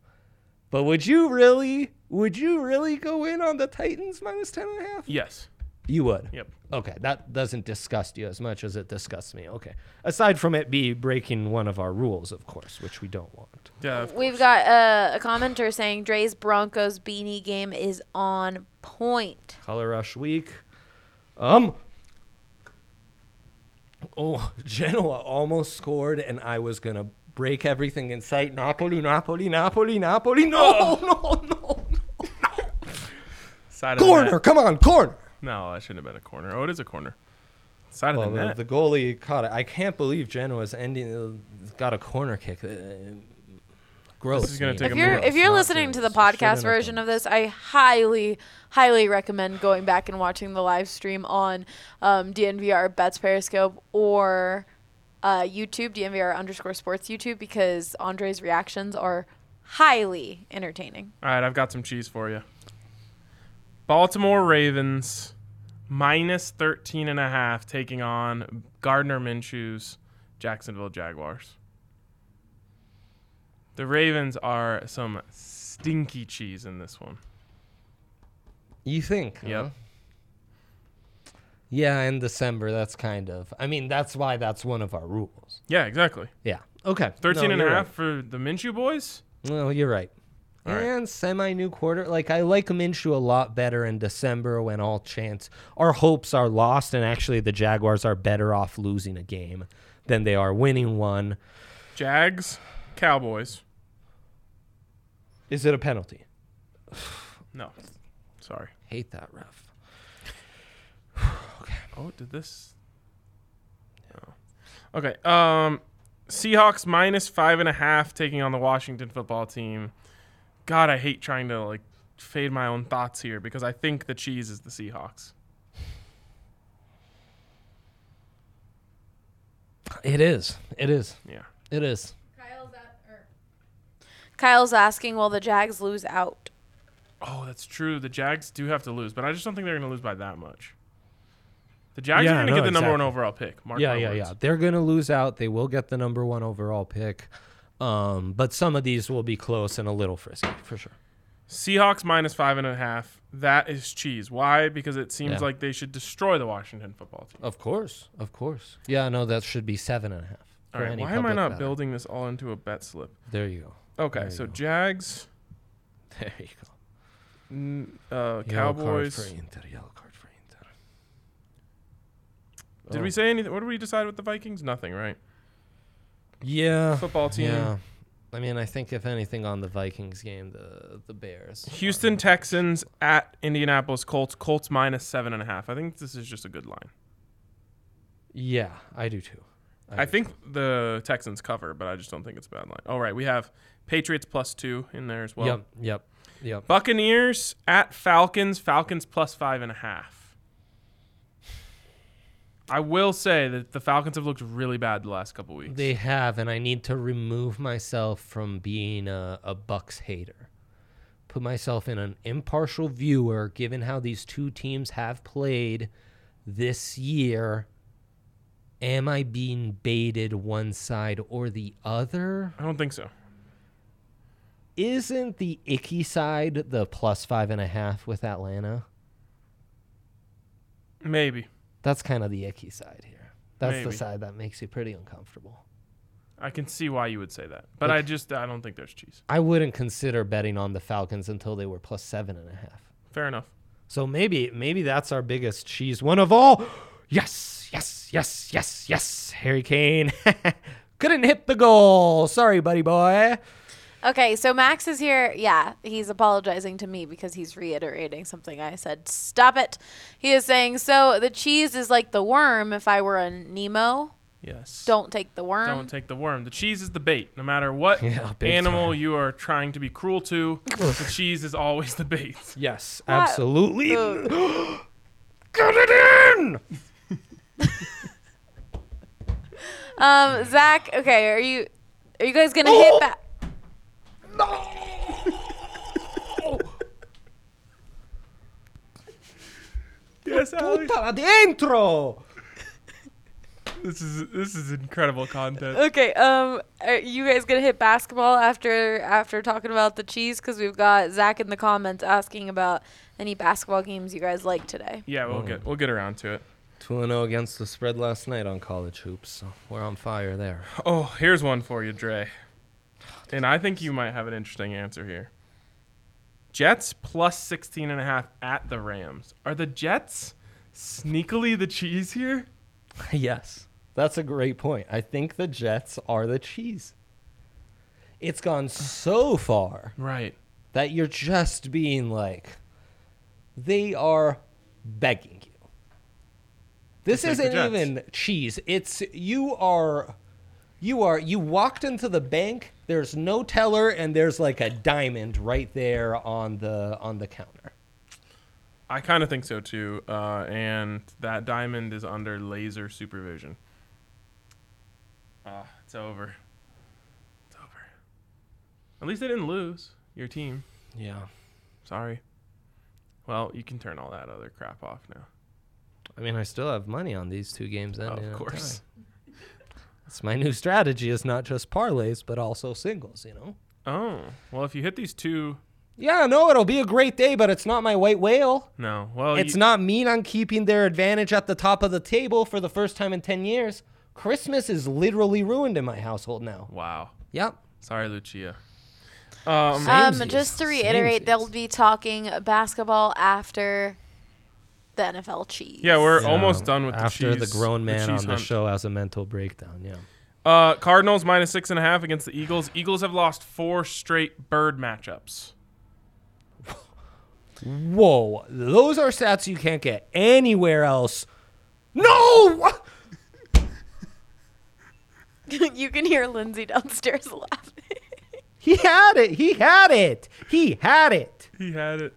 [SPEAKER 2] but would you really? Would you really go in on the Titans minus ten and a half?
[SPEAKER 1] Yes.
[SPEAKER 2] You would.
[SPEAKER 1] Yep.
[SPEAKER 2] Okay, that doesn't disgust you as much as it disgusts me. Okay. Aside from it be breaking one of our rules, of course, which we don't want.
[SPEAKER 1] Yeah. of
[SPEAKER 3] We've got uh, a commenter saying Dre's Broncos beanie game is on point.
[SPEAKER 2] Color Rush Week. Um. Oh, Genoa almost scored, and I was gonna break everything in sight. Napoli, Napoli, Napoli, Napoli. No, no, no.
[SPEAKER 1] Side of the
[SPEAKER 2] Corner,
[SPEAKER 1] net.
[SPEAKER 2] come on, corner.
[SPEAKER 1] No, that shouldn't have been a corner. Oh, it is a corner. Side
[SPEAKER 2] Well,
[SPEAKER 1] of the
[SPEAKER 2] the,
[SPEAKER 1] net.
[SPEAKER 2] the goalie caught it. I can't believe Genoa's ending. Got a corner kick. Uh, Gross.
[SPEAKER 1] is gonna
[SPEAKER 2] man.
[SPEAKER 1] take a
[SPEAKER 3] If you're
[SPEAKER 1] minute.
[SPEAKER 3] if you're
[SPEAKER 2] Not
[SPEAKER 3] listening to the
[SPEAKER 2] good. Shouldn't
[SPEAKER 3] podcast
[SPEAKER 2] have
[SPEAKER 3] version
[SPEAKER 2] done
[SPEAKER 3] of this, I highly highly recommend going back and watching the live stream on um, DNVR Bets Periscope or uh, YouTube DNVR underscore Sports YouTube because Andre's reactions are highly entertaining.
[SPEAKER 1] All right, I've got some cheese for you. Baltimore Ravens minus 13 and a half taking on Gardner Minshew's Jacksonville Jaguars. The Ravens are some stinky cheese in this one.
[SPEAKER 2] You think?
[SPEAKER 1] Yep.
[SPEAKER 2] huh? Yeah, in December, that's kind of. I mean, that's why that's one of our rules.
[SPEAKER 1] Yeah, exactly.
[SPEAKER 2] Yeah. Okay.
[SPEAKER 1] 13
[SPEAKER 2] No,
[SPEAKER 1] and a
[SPEAKER 2] you're
[SPEAKER 1] half for the Minshew boys?
[SPEAKER 2] Right. No, you're right.
[SPEAKER 1] All right.
[SPEAKER 2] and semi new quarter. Like I like Minshew a lot better in December when all chance our hopes are lost, and actually the Jaguars are better off losing a game than they are winning one.
[SPEAKER 1] Jags, Cowboys.
[SPEAKER 2] Is it a penalty?
[SPEAKER 1] No, sorry.
[SPEAKER 2] Hate that ref.
[SPEAKER 1] Oh, did this? No. Okay. Um, Seahawks minus five and a half taking on the Washington football team. God, I hate trying to like fade my own thoughts here because I think the cheese is the Seahawks.
[SPEAKER 2] It is. It is.
[SPEAKER 1] Yeah.
[SPEAKER 2] It is.
[SPEAKER 3] Kyle's, at, er. Kyle's asking, will the Jags lose out?
[SPEAKER 1] Oh, that's true. The Jags do have to lose, but I just don't think they're going to lose by that much. The Jags
[SPEAKER 2] Yeah,
[SPEAKER 1] are going to
[SPEAKER 2] no,
[SPEAKER 1] get the number one
[SPEAKER 2] exactly.
[SPEAKER 1] overall pick. Mark
[SPEAKER 2] yeah,
[SPEAKER 1] my
[SPEAKER 2] yeah,
[SPEAKER 1] words.
[SPEAKER 2] yeah. They're gonna lose out. They will get the number one overall pick. Um, but some of these will be close and a little frisky for sure.
[SPEAKER 1] Seahawks minus five and a half. That is cheese. Why? Because it seems
[SPEAKER 2] Yeah.
[SPEAKER 1] like they should destroy the Washington football team.
[SPEAKER 2] Of course, of course. Yeah, no, that should be seven and a half.
[SPEAKER 1] All
[SPEAKER 2] for
[SPEAKER 1] right.
[SPEAKER 2] any
[SPEAKER 1] Why am I
[SPEAKER 2] public
[SPEAKER 1] not
[SPEAKER 2] bet.
[SPEAKER 1] building this all into a bet slip?
[SPEAKER 2] There you go.
[SPEAKER 1] Okay,
[SPEAKER 2] There
[SPEAKER 1] so
[SPEAKER 2] you go.
[SPEAKER 1] Jags,
[SPEAKER 2] There you go.
[SPEAKER 1] n- uh,
[SPEAKER 2] Yellow card for
[SPEAKER 1] Cowboys.
[SPEAKER 2] Inter. Yellow card for Inter.
[SPEAKER 1] Did we
[SPEAKER 2] Oh.
[SPEAKER 1] say anything? What did we decide with the Vikings? Nothing, right?
[SPEAKER 2] Yeah.
[SPEAKER 1] Football team.
[SPEAKER 2] Yeah. I mean, I think if anything on the Vikings game, the the Bears.
[SPEAKER 1] Houston Texans at Indianapolis Colts. Colts minus seven and a half. I think this is just a good line.
[SPEAKER 2] Yeah, I do too.
[SPEAKER 1] I
[SPEAKER 2] do
[SPEAKER 1] think
[SPEAKER 2] too.
[SPEAKER 1] the Texans cover, but I just don't think it's a bad line. All right, we have Patriots plus two in there as well.
[SPEAKER 2] yep. Yep. Yep.
[SPEAKER 1] Buccaneers at Falcons. Falcons plus five and a half. I will say that the Falcons have looked really bad the last couple weeks.
[SPEAKER 2] They have, and I need to remove myself from being a, a Bucks hater. Put myself in an impartial viewer, given how these two teams have played this year. Am I being baited one side or the other?
[SPEAKER 1] I don't think so.
[SPEAKER 2] Isn't the icky side the plus five and a half with Atlanta?
[SPEAKER 1] Maybe.
[SPEAKER 2] That's kind of the icky side here. That's the
[SPEAKER 1] Maybe.
[SPEAKER 2] side that makes you pretty uncomfortable.
[SPEAKER 1] I can see why you would say that, but I
[SPEAKER 2] Okay.
[SPEAKER 1] just I don't think there's cheese.
[SPEAKER 2] I wouldn't consider betting on the Falcons until they were plus seven and a half.
[SPEAKER 1] Fair enough.
[SPEAKER 2] So maybe maybe that's our biggest cheese one of all. Yes, yes, yes, yes, yes. Harry Kane couldn't hit the goal. Sorry, buddy boy.
[SPEAKER 3] Okay, so Max is here. Yeah, he's apologizing to me because he's reiterating something I said. Stop it. He is saying, so the cheese is like the worm. If I were a Nemo,
[SPEAKER 1] Yes.
[SPEAKER 3] don't take the worm.
[SPEAKER 1] Don't take the worm. The cheese is the bait. No matter what
[SPEAKER 2] Yeah, big
[SPEAKER 1] animal
[SPEAKER 2] time.
[SPEAKER 1] you are trying to be cruel to, the cheese is always the bait.
[SPEAKER 2] Yes,
[SPEAKER 3] What?
[SPEAKER 2] absolutely.
[SPEAKER 3] Ugh.
[SPEAKER 2] Get it in.
[SPEAKER 3] um, Zach, okay, are you are you guys gonna hit back?
[SPEAKER 2] No.
[SPEAKER 1] Yes, Alex.
[SPEAKER 2] Puta adentro.
[SPEAKER 1] This is this is incredible content.
[SPEAKER 3] Okay, um, are you guys gonna hit basketball after after talking about the cheese? Because we've got Zach in the comments asking about any basketball games you guys like today.
[SPEAKER 1] Yeah, we'll get we'll get around to it.
[SPEAKER 2] 2 0 against the spread last night on college hoops. So we're on fire there.
[SPEAKER 1] Oh, here's one for you, Dre. And I think you might have an interesting answer here. Jets plus 16 and a half at the Rams. Are the Jets sneakily the cheese here?
[SPEAKER 2] Yes, that's a great point. I think the Jets are the cheese. It's gone so far
[SPEAKER 1] Right.
[SPEAKER 2] that you're just being like, they are begging you. This
[SPEAKER 1] take the
[SPEAKER 2] isn't
[SPEAKER 1] Jets.
[SPEAKER 2] even cheese. It's you are, you are, you walked into the bank. There's no teller, and there's like a diamond right there on the on the counter.
[SPEAKER 1] I kind of think so too. Uh, and that diamond is under laser supervision. Ah, it's over. It's over. At least they didn't lose your team.
[SPEAKER 2] Yeah,
[SPEAKER 1] Sorry. Well, you can turn all that other crap off now.
[SPEAKER 2] I mean, I still have money on these two games. ending
[SPEAKER 1] of
[SPEAKER 2] on
[SPEAKER 1] course.
[SPEAKER 2] time. It's my new strategy is not just parlays, but also singles, you know?
[SPEAKER 1] Oh, well, if you hit these two,
[SPEAKER 2] Yeah, no, it'll be a great day, but it's not my white whale.
[SPEAKER 1] no. Well,
[SPEAKER 2] It's
[SPEAKER 1] you-
[SPEAKER 2] not mean on keeping their advantage at the top of the table for the first time in 10 years. Christmas is literally ruined in my household now.
[SPEAKER 1] Wow.
[SPEAKER 2] Yep.
[SPEAKER 1] Sorry, Lucia. Um,
[SPEAKER 3] Um,
[SPEAKER 2] Samesies.
[SPEAKER 3] just to reiterate, they'll
[SPEAKER 2] Samesies.
[SPEAKER 3] be talking basketball after the NFL cheese.
[SPEAKER 1] yeah, we're
[SPEAKER 2] Yeah,
[SPEAKER 1] almost done with the
[SPEAKER 2] after
[SPEAKER 1] cheese-
[SPEAKER 2] the grown man
[SPEAKER 1] cheese
[SPEAKER 2] on the
[SPEAKER 1] hunt.
[SPEAKER 2] show has a mental breakdown. Yeah.
[SPEAKER 1] Uh, Cardinals minus six and a half against the Eagles. Eagles have lost four straight bird matchups.
[SPEAKER 2] Whoa, those are stats you can't get anywhere else. No.
[SPEAKER 3] you can hear Lindsay downstairs laughing.
[SPEAKER 2] He had it. He had it. He had it.
[SPEAKER 1] He had it.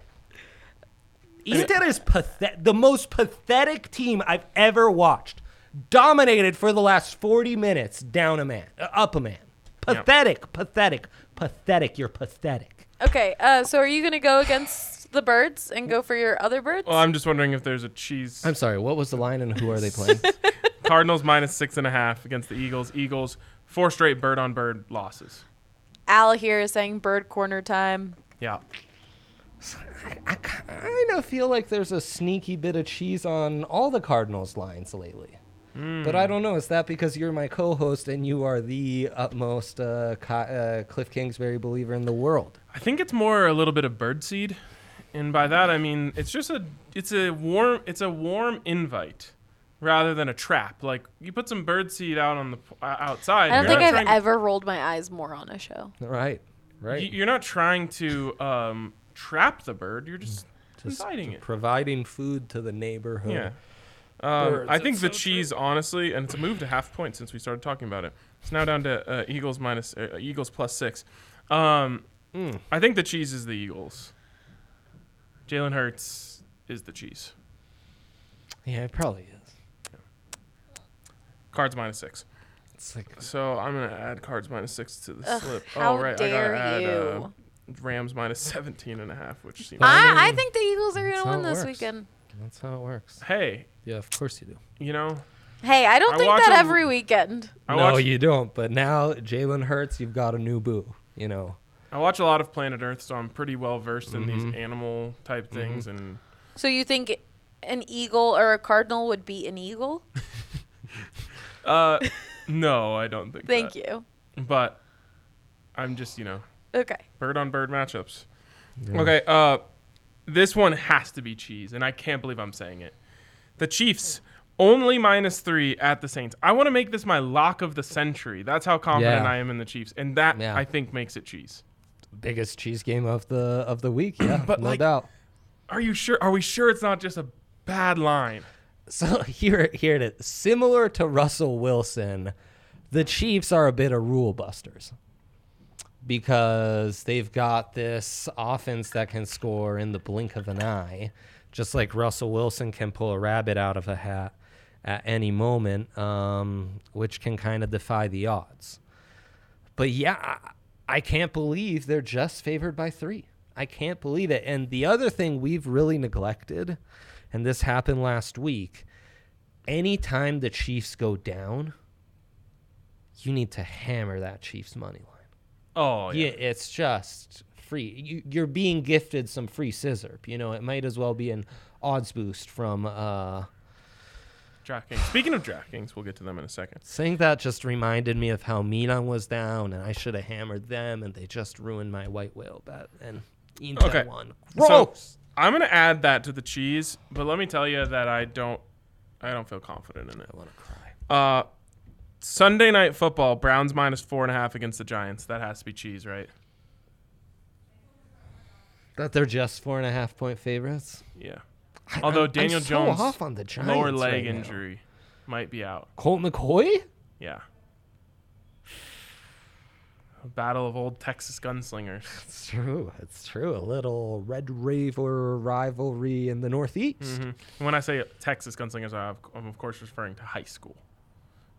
[SPEAKER 2] Inter is pathet- the most pathetic team I've ever watched. Dominated for the last 40 minutes, down a man, uh, up a man. Pathetic, pathetic, pathetic. You're pathetic.
[SPEAKER 3] Okay, uh, so are you gonna go against the birds and go for your other birds?
[SPEAKER 1] Well, I'm just wondering if there's a cheese.
[SPEAKER 2] I'm sorry, what was the line and who are they playing?
[SPEAKER 1] Cardinals minus six and a half against the Eagles. Eagles four straight bird on bird losses.
[SPEAKER 3] Al here is saying bird corner time.
[SPEAKER 1] Yeah.
[SPEAKER 2] I kind of feel like there's a sneaky bit of cheese on all the Cardinals lines lately. But I don't know. Is that because you're my co host and you are the utmost uh, Ki- uh, Cliff Kingsbury believer in the world?
[SPEAKER 1] I think it's more a little bit of birdseed, and by that I mean it's just a it's a warm it's a warm invite rather than a trap. Like you put some birdseed out on the p- uh, outside.
[SPEAKER 3] I don't
[SPEAKER 1] you're
[SPEAKER 3] think
[SPEAKER 1] not
[SPEAKER 3] I've
[SPEAKER 1] trying-
[SPEAKER 3] ever rolled my eyes more on a show.
[SPEAKER 2] Right.
[SPEAKER 1] y- You're not trying to um, trap the bird. You're just,
[SPEAKER 2] Mm,
[SPEAKER 1] inviting it.
[SPEAKER 2] Providing food to the neighborhood.
[SPEAKER 1] Yeah. Um,
[SPEAKER 2] Birds,
[SPEAKER 1] I think
[SPEAKER 2] that's
[SPEAKER 1] the
[SPEAKER 2] so
[SPEAKER 1] cheese, honestly, and it's a move to half point since we started talking about it. It's now down to uh, Eagles minus uh, Eagles plus six. Um,
[SPEAKER 2] Hmm.
[SPEAKER 1] I think the cheese is the Eagles. Jalen Hurts is the cheese.
[SPEAKER 2] Yeah, it probably is.
[SPEAKER 1] Cards minus six.
[SPEAKER 2] It's like
[SPEAKER 1] So I'm gonna add cards minus six to the
[SPEAKER 3] Ugh,
[SPEAKER 1] slip.
[SPEAKER 3] how
[SPEAKER 1] oh right,
[SPEAKER 3] dare
[SPEAKER 1] I gotta add uh,
[SPEAKER 3] you.
[SPEAKER 1] Rams minus 17 and a half, which seems.
[SPEAKER 3] I, I think the Eagles are
[SPEAKER 2] That's
[SPEAKER 3] gonna win
[SPEAKER 2] how it
[SPEAKER 3] this
[SPEAKER 2] works.
[SPEAKER 3] weekend.
[SPEAKER 2] that's how it works.
[SPEAKER 1] hey,
[SPEAKER 2] Yeah, of course you do.
[SPEAKER 1] you know,
[SPEAKER 3] Hey, I don't
[SPEAKER 1] I
[SPEAKER 3] think
[SPEAKER 1] watch
[SPEAKER 3] that
[SPEAKER 1] a-
[SPEAKER 3] every weekend.
[SPEAKER 1] I
[SPEAKER 2] no,
[SPEAKER 1] watch
[SPEAKER 2] you don't. But now Jalen Hurts, you've got a new boo. You know.
[SPEAKER 1] I watch a lot of Planet Earth, so I'm pretty well versed in
[SPEAKER 2] Mm-hmm.
[SPEAKER 1] these animal type things and.
[SPEAKER 3] So you think an eagle or a cardinal would beat an eagle?
[SPEAKER 1] Uh, no, I don't think.
[SPEAKER 3] Thank you.
[SPEAKER 1] you. But I'm just you know
[SPEAKER 3] Okay.
[SPEAKER 1] bird on bird matchups. Okay. Uh, this one has to be cheese, and I can't believe I'm saying it. The Chiefs only minus three at the Saints. I want to make this my lock of the century. That's how confident
[SPEAKER 2] Yeah.
[SPEAKER 1] I am in the Chiefs, and that
[SPEAKER 2] Yeah.
[SPEAKER 1] I think makes it cheese.
[SPEAKER 2] Biggest cheese game of the of the week. Yeah,
[SPEAKER 1] But,
[SPEAKER 2] no
[SPEAKER 1] like-
[SPEAKER 2] doubt.
[SPEAKER 1] Are you sure? Are we sure it's not just a bad line?
[SPEAKER 2] So here, here it is. Similar to Russell Wilson, the Chiefs are a bit of rule busters because they've got this offense that can score in the blink of an eye, just like Russell Wilson can pull a rabbit out of a hat at any moment, um, which can kind of defy the odds. But yeah, I- I can't believe they're just favored by three. I can't believe it. And the other thing we've really neglected, and this happened last week, anytime the Chiefs go down, you need to hammer that Chiefs money line.
[SPEAKER 1] Oh yeah.
[SPEAKER 2] Yeah, it's just free. You, you're being gifted some free scissor. You know, it might as well be an odds boost from. Uh,
[SPEAKER 1] DraftKings. Speaking of DraftKings, we'll get to them in a second.
[SPEAKER 2] Saying that just reminded me of how Milan was down, and I should have hammered them, and they just ruined my white whale bet. And Inter
[SPEAKER 1] Okay.
[SPEAKER 2] won.
[SPEAKER 1] So,
[SPEAKER 2] Gross.
[SPEAKER 1] I'm gonna add that to the cheese, but let me tell you that I don't, I don't feel confident in it.
[SPEAKER 2] I want to cry.
[SPEAKER 1] Uh, Sunday night football, Browns minus four and a half against the Giants. That has to be cheese, right?
[SPEAKER 2] That they're just four and a half point favorites.
[SPEAKER 1] Yeah.
[SPEAKER 2] I-
[SPEAKER 1] Although
[SPEAKER 2] I'm- I'm
[SPEAKER 1] Daniel
[SPEAKER 2] so
[SPEAKER 1] Jones
[SPEAKER 2] off on the Giants
[SPEAKER 1] Lower
[SPEAKER 2] right
[SPEAKER 1] leg
[SPEAKER 2] now.
[SPEAKER 1] injury might be out.
[SPEAKER 2] Colt McCoy.
[SPEAKER 1] Yeah. A battle of old Texas gunslingers.
[SPEAKER 2] It's true. It's true. A little Red Raver rivalry in the Northeast.
[SPEAKER 1] Mhm. And When I say Texas gunslingers, I have- I'm of course referring to high school,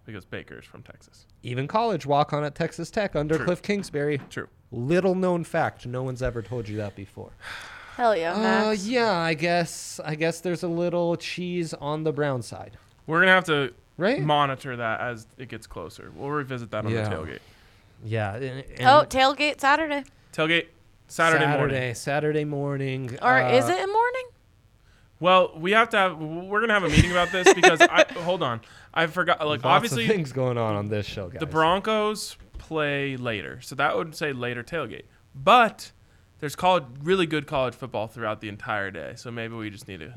[SPEAKER 1] because Baker is from Texas.
[SPEAKER 2] Even college walk on at Texas Tech under
[SPEAKER 1] True.
[SPEAKER 2] Cliff Kingsbury.
[SPEAKER 1] True.
[SPEAKER 2] Little known fact. No one's ever told you that before.
[SPEAKER 3] Hell yeah,
[SPEAKER 2] Uh,
[SPEAKER 3] Max.
[SPEAKER 2] yeah, I guess I guess there's a little cheese on the brown side,
[SPEAKER 1] We're gonna have to
[SPEAKER 2] right?
[SPEAKER 1] monitor that as it gets closer. We'll revisit that on
[SPEAKER 2] Yeah.
[SPEAKER 1] the tailgate.
[SPEAKER 2] yeah. and- and
[SPEAKER 3] Oh, tailgate Saturday.
[SPEAKER 1] Tailgate Saturday, morning.
[SPEAKER 2] Saturday morning.
[SPEAKER 3] Or
[SPEAKER 2] uh,
[SPEAKER 3] is it in morning?
[SPEAKER 1] Well, we have to have. We're gonna have a meeting about this because I hold on. I forgot. Like
[SPEAKER 2] Lots
[SPEAKER 1] obviously
[SPEAKER 2] of things going on on this show, guys.
[SPEAKER 1] the Broncos play later, so that would say later tailgate. But there's college, really good college football throughout the entire day, so maybe we just need to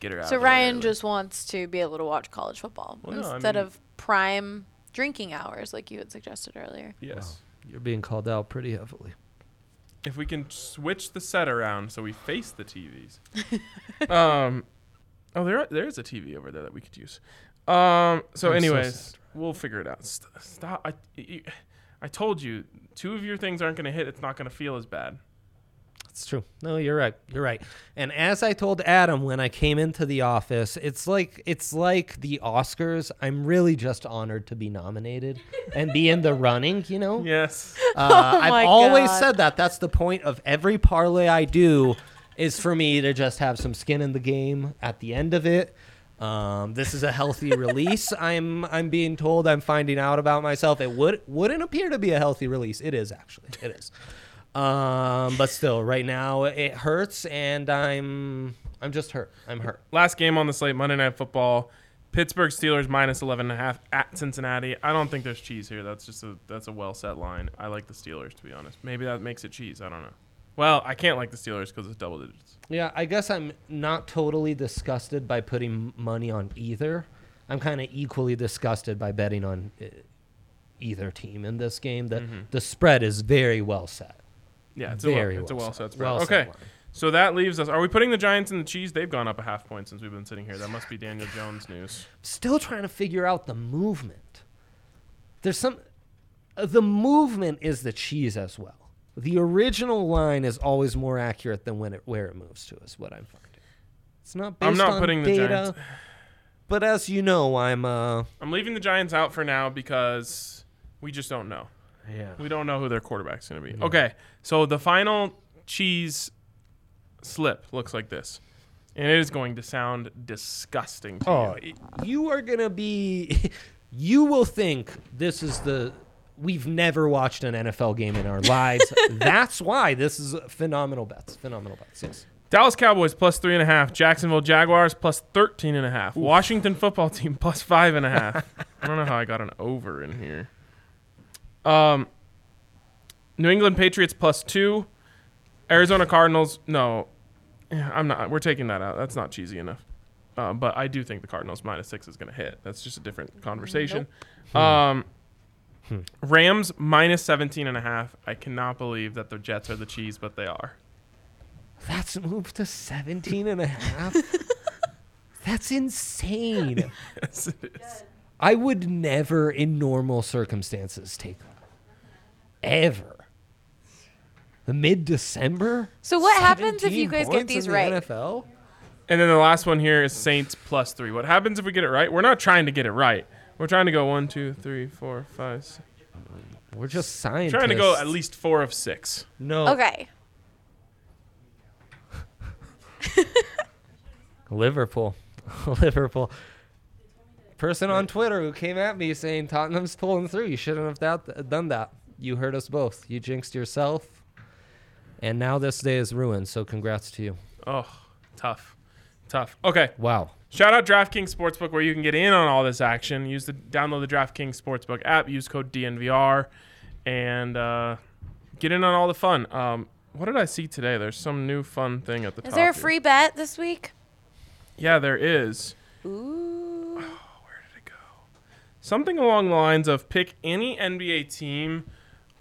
[SPEAKER 1] get her out.
[SPEAKER 3] So
[SPEAKER 1] of the way
[SPEAKER 3] Ryan
[SPEAKER 1] early.
[SPEAKER 3] just wants to be able to watch college football
[SPEAKER 1] Well, no, I
[SPEAKER 3] instead
[SPEAKER 1] mean-
[SPEAKER 3] of prime drinking hours like you had suggested earlier.
[SPEAKER 1] yes.
[SPEAKER 2] You're being called out pretty heavily.
[SPEAKER 1] If we can switch the set around so we face the TVs. um, oh, there there is a TV over there that we could use. Um, so
[SPEAKER 2] I'm so
[SPEAKER 1] anyways,
[SPEAKER 2] sad.
[SPEAKER 1] we'll figure it out. St- stop. I, you- I told you, two of your things aren't gonna hit. It's not gonna feel as bad.
[SPEAKER 2] It's true. No, you're right. You're right. And as I told Adam when I came into the office, it's like it's like the Oscars. I'm really just honored to be nominated and be in the running, you
[SPEAKER 3] Oh.
[SPEAKER 2] know?
[SPEAKER 1] Yes.
[SPEAKER 2] Uh,
[SPEAKER 3] my
[SPEAKER 2] I've always
[SPEAKER 3] God.
[SPEAKER 2] said that. That's the point of every parlay I do is for me to just have some skin in the game at the end of it. Um, this is a healthy release. I'm I'm being told I'm finding out about myself. It would wouldn't appear to be a healthy release. It is actually. It is. Um, but still, right now it hurts, and I'm I'm just hurt. I'm hurt.
[SPEAKER 1] Last game on the slate, Monday Night Football. Pittsburgh Steelers minus 11 and a half at Cincinnati. I don't think there's cheese here. That's just a that's a well set line. I like the Steelers to be honest. Maybe that makes it cheese. I don't know. Well, I can't like the Steelers because it's double digits.
[SPEAKER 2] Yeah, I guess I'm not totally disgusted by putting money on either. I'm kind of equally disgusted by betting on uh, either team in this game. The
[SPEAKER 1] Mm-hmm.
[SPEAKER 2] the spread is very well set.
[SPEAKER 1] Yeah, it's
[SPEAKER 2] Very
[SPEAKER 1] a well, it's a
[SPEAKER 2] well
[SPEAKER 1] well
[SPEAKER 2] set.
[SPEAKER 1] set spread.
[SPEAKER 2] Well set
[SPEAKER 1] okay,
[SPEAKER 2] line.
[SPEAKER 1] so that leaves us. Are we putting the Giants in the cheese? They've gone up a half point since we've been sitting here. That must be Daniel Jones news.
[SPEAKER 2] Still trying to figure out the movement. There's some uh, the movement is the cheese as well. The original line is always more accurate than when it where it moves to is what I'm finding. It's not based
[SPEAKER 1] I'm not
[SPEAKER 2] on
[SPEAKER 1] putting the
[SPEAKER 2] data,
[SPEAKER 1] Giants.
[SPEAKER 2] but as you know, I'm uh
[SPEAKER 1] I'm leaving the Giants out for now because we just don't know.
[SPEAKER 2] yeah.
[SPEAKER 1] We don't know who their quarterback's going to be. Okay, so the final cheese slip looks like this, and it is going to sound disgusting. To
[SPEAKER 2] Oh,
[SPEAKER 1] you.
[SPEAKER 2] y- you are gonna be. You will think this is the. We've never watched an NFL game in our lives. That's why this is phenomenal bets. Phenomenal bets. Yes.
[SPEAKER 1] Dallas Cowboys plus three and a half. Jacksonville Jaguars plus thirteen and a half. Washington football team plus five and a half. I don't know how I got an over in here. Um, New England Patriots plus two. Arizona Cardinals. No, Yeah, I'm not. We're taking that out. That's not cheesy enough. Uh, but I do think the Cardinals minus six is going to hit. That's just a different conversation. Um, Rams minus 17 and a half. I cannot believe that the Jets are the cheese, but they are.
[SPEAKER 2] That's moved to 17 and a half. That's insane.
[SPEAKER 1] Yes, it is.
[SPEAKER 2] I would never, in normal circumstances, take that. Ever. Mid December?
[SPEAKER 3] So what happens if you guys get these right?
[SPEAKER 2] NFL?
[SPEAKER 1] And then the last one here is Saints plus three. What happens if we get it right? We're not trying to get it right. We're trying to go one, two, three, four, five. Six.
[SPEAKER 2] We're just scientists.
[SPEAKER 1] Trying to go at least four of six.
[SPEAKER 2] No.
[SPEAKER 3] Okay.
[SPEAKER 2] Liverpool. Liverpool. Person on Twitter who came at me saying Tottenham's pulling through. You shouldn't have that, done that. You hurt us both. You jinxed yourself. And now this day is ruined. So congrats to you.
[SPEAKER 1] Oh, tough. Tough. Okay.
[SPEAKER 2] Wow.
[SPEAKER 1] Shout out DraftKings Sportsbook where you can get in on all this action. Use the download the DraftKings Sportsbook app. Use code DNVR, and uh, get in on all the fun. Um, what did I see today? There's some new fun thing at the top.
[SPEAKER 3] Is there a
[SPEAKER 1] here.
[SPEAKER 3] free bet this week?
[SPEAKER 1] Yeah, there is.
[SPEAKER 3] Ooh.
[SPEAKER 1] Where'd it go? Something along the lines of pick any NBA team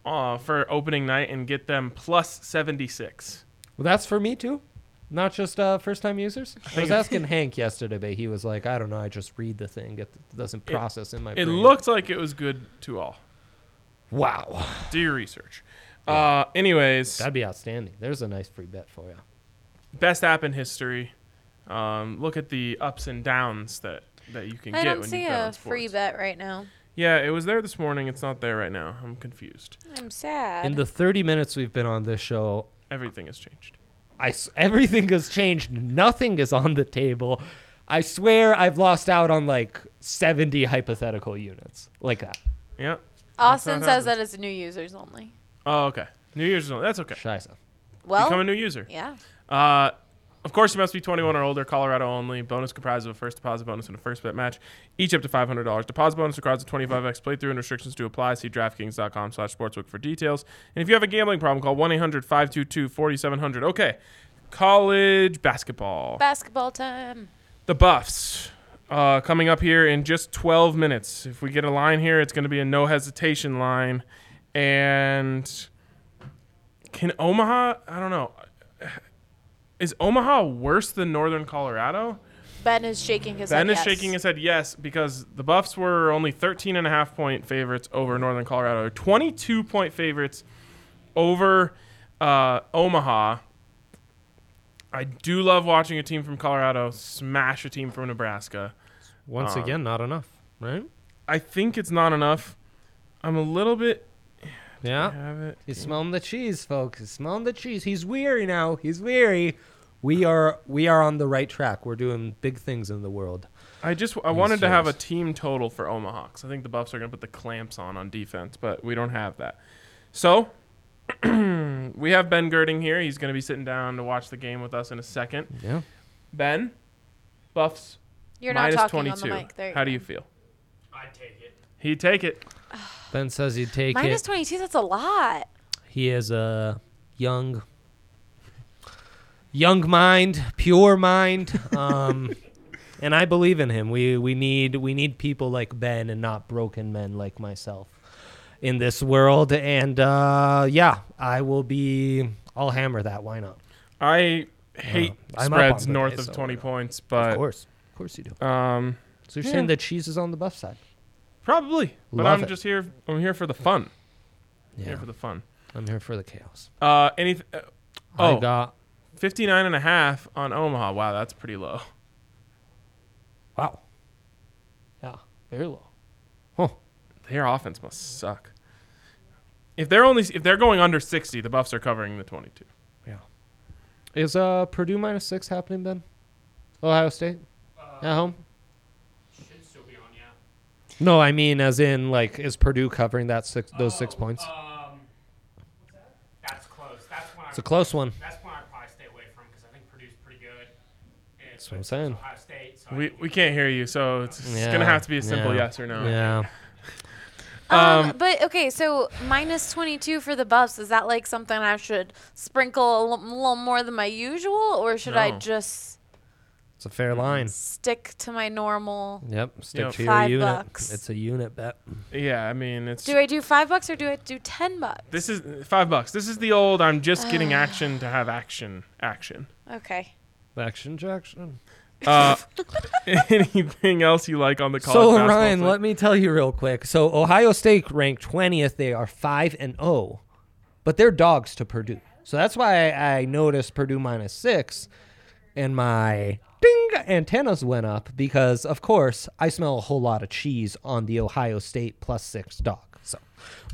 [SPEAKER 1] uh, for opening night and get them plus 76.
[SPEAKER 2] Well, that's for me too. Not just uh, first time users. I was asking Hank yesterday, but he was like, I don't know. I just read the thing. It doesn't process in my
[SPEAKER 1] It
[SPEAKER 2] brain.
[SPEAKER 1] looked like it was good to all.
[SPEAKER 2] Wow.
[SPEAKER 1] Do your research. Uh, anyways,
[SPEAKER 2] That'd be outstanding. There's a nice free bet for you.
[SPEAKER 1] best app in history. Um, look at the ups and downs that, that you can get
[SPEAKER 3] I don't
[SPEAKER 1] when
[SPEAKER 3] see
[SPEAKER 1] you bet
[SPEAKER 3] a
[SPEAKER 1] on
[SPEAKER 3] free
[SPEAKER 1] sports.
[SPEAKER 3] bet right now.
[SPEAKER 1] Yeah, it was there this morning. It's not there right now. I'm confused.
[SPEAKER 3] I'm sad.
[SPEAKER 2] In the 30 minutes we've been on this show,
[SPEAKER 1] Everything has changed.
[SPEAKER 2] I s- everything has changed. Nothing is on the table. I swear I've lost out on like 70 hypothetical units like that.
[SPEAKER 1] Yeah.
[SPEAKER 3] Austin
[SPEAKER 1] what happens.
[SPEAKER 3] says that it's new users only.
[SPEAKER 1] Oh, okay. New Year's. That's okay.
[SPEAKER 2] Scheiße.
[SPEAKER 3] Well,
[SPEAKER 1] Become a new user.
[SPEAKER 3] yeah.
[SPEAKER 1] Uh, Of course, you must be 21 or older, Colorado only. Bonus comprised of a first deposit bonus and a first bet match, each up to $500. Deposit bonus requires a 25x playthrough and restrictions do apply. See DraftKings.com slash sportsbook for details. And if you have a gambling problem, call 1-800-522-4700. Okay, college basketball.
[SPEAKER 3] Basketball time.
[SPEAKER 1] The Buffs uh, coming up here in just 12 minutes. If we get a line here, it's going to be a no hesitation line. And can Omaha? I don't know. Is Omaha worse than Northern Colorado?
[SPEAKER 3] Ben is shaking his
[SPEAKER 1] ben
[SPEAKER 3] head.
[SPEAKER 1] is
[SPEAKER 3] yes.
[SPEAKER 1] shaking his head yes because the Buffs were only 13 and a half point favorites over Northern Colorado, 22 point favorites over uh, Omaha. I do love watching a team from Colorado smash a team from Nebraska.
[SPEAKER 4] Once
[SPEAKER 1] Um,
[SPEAKER 4] again, not enough, right?
[SPEAKER 1] I think it's not enough. I'm a little bit.
[SPEAKER 2] Uh,
[SPEAKER 1] I
[SPEAKER 4] Yeah.
[SPEAKER 1] have it.
[SPEAKER 2] He's smelling the cheese, folks. He's smelling the cheese. He's weary now. He's weary. We are we are on the right track. We're doing big things in the world.
[SPEAKER 1] I just I wanted to
[SPEAKER 2] serious.
[SPEAKER 1] have a team total for Omaha 'cause I think the Buffs are going to put the clamps on on defense, but we don't have that. So we have Ben Girding here. He's going to be sitting down to watch the game with us in a second.
[SPEAKER 4] Yeah.
[SPEAKER 1] Ben, Buffs
[SPEAKER 3] You're not
[SPEAKER 1] minus
[SPEAKER 3] talking on
[SPEAKER 1] 22.
[SPEAKER 3] the mic. There
[SPEAKER 1] How do
[SPEAKER 3] go.
[SPEAKER 1] you feel? I take it. He take it.
[SPEAKER 4] Ben says he'd take
[SPEAKER 3] Minus
[SPEAKER 4] it.
[SPEAKER 3] 22, that's a lot.
[SPEAKER 2] He is a young, young mind, pure mind, um, and I believe in him. We we need we need people like Ben and not broken men like myself in this world. And uh, yeah, I will be. I'll hammer that. Why not?
[SPEAKER 1] I hate
[SPEAKER 2] Uh, I'm up on
[SPEAKER 1] spreads
[SPEAKER 2] the
[SPEAKER 1] north
[SPEAKER 2] day,
[SPEAKER 1] of
[SPEAKER 2] so
[SPEAKER 1] 20
[SPEAKER 2] why not?
[SPEAKER 1] points,
[SPEAKER 2] of
[SPEAKER 1] but
[SPEAKER 2] course, of course you do.
[SPEAKER 1] um,
[SPEAKER 2] So you're
[SPEAKER 1] yeah.
[SPEAKER 2] saying the cheese is on the buff side?
[SPEAKER 1] probably. But
[SPEAKER 2] Love
[SPEAKER 1] I'm
[SPEAKER 2] it.
[SPEAKER 1] just here. I'm here for the fun.
[SPEAKER 2] Yeah,
[SPEAKER 1] Here for the fun.
[SPEAKER 2] I'm here for the chaos.
[SPEAKER 1] Uh, anything. Uh, oh,
[SPEAKER 4] I got
[SPEAKER 1] 59 and a half on Omaha. Wow, that's pretty low.
[SPEAKER 2] Wow. Yeah, very low.
[SPEAKER 1] Their offense must suck. If they're only if they're going under 60, the Buffs are covering the 22.
[SPEAKER 2] Is uh Purdue minus six happening, Ben? Ohio State
[SPEAKER 1] Uh,
[SPEAKER 2] at home. No, I mean as in like is Purdue covering that six those
[SPEAKER 1] Oh,
[SPEAKER 2] six points?
[SPEAKER 1] uh,
[SPEAKER 5] Um, that's close. That's when I,
[SPEAKER 2] It's a close one.
[SPEAKER 5] that's when I probably stay away from because I think Purdue's pretty good. And
[SPEAKER 2] That's what I'm saying.
[SPEAKER 5] Ohio State. So I
[SPEAKER 1] We
[SPEAKER 5] think
[SPEAKER 1] we can't hear you, so it's, it's
[SPEAKER 2] Yeah,
[SPEAKER 1] gonna have to be a simple
[SPEAKER 2] yeah,
[SPEAKER 1] yes or no.
[SPEAKER 2] Yeah.
[SPEAKER 3] Um, but okay, so minus 22 for the buffs, is that like something I should sprinkle a l- little more than my usual, or should I
[SPEAKER 1] No.
[SPEAKER 3] just
[SPEAKER 2] It's a fair line.
[SPEAKER 1] Mm.
[SPEAKER 3] stick to my normal?
[SPEAKER 2] Yep. Stick
[SPEAKER 1] Yep.
[SPEAKER 2] to your
[SPEAKER 3] Five
[SPEAKER 2] unit.
[SPEAKER 3] bucks.
[SPEAKER 2] It's a unit bet.
[SPEAKER 1] Yeah, I mean it's
[SPEAKER 3] Do I do five bucks or do I do 10 bucks?
[SPEAKER 1] this is five bucks. This is the old I'm just getting action to have action action.
[SPEAKER 3] okay.
[SPEAKER 4] Action Jackson.
[SPEAKER 1] Uh, anything else you like on the college
[SPEAKER 2] So
[SPEAKER 1] basketball
[SPEAKER 2] Ryan,
[SPEAKER 1] side?
[SPEAKER 2] let me tell you real quick. So Ohio State ranked twentieth. They are five and zero, but they're dogs to Purdue. So that's why I, I noticed Purdue minus six, and my ding antennas went up because of course I smell a whole lot of cheese on the Ohio State plus six dog. So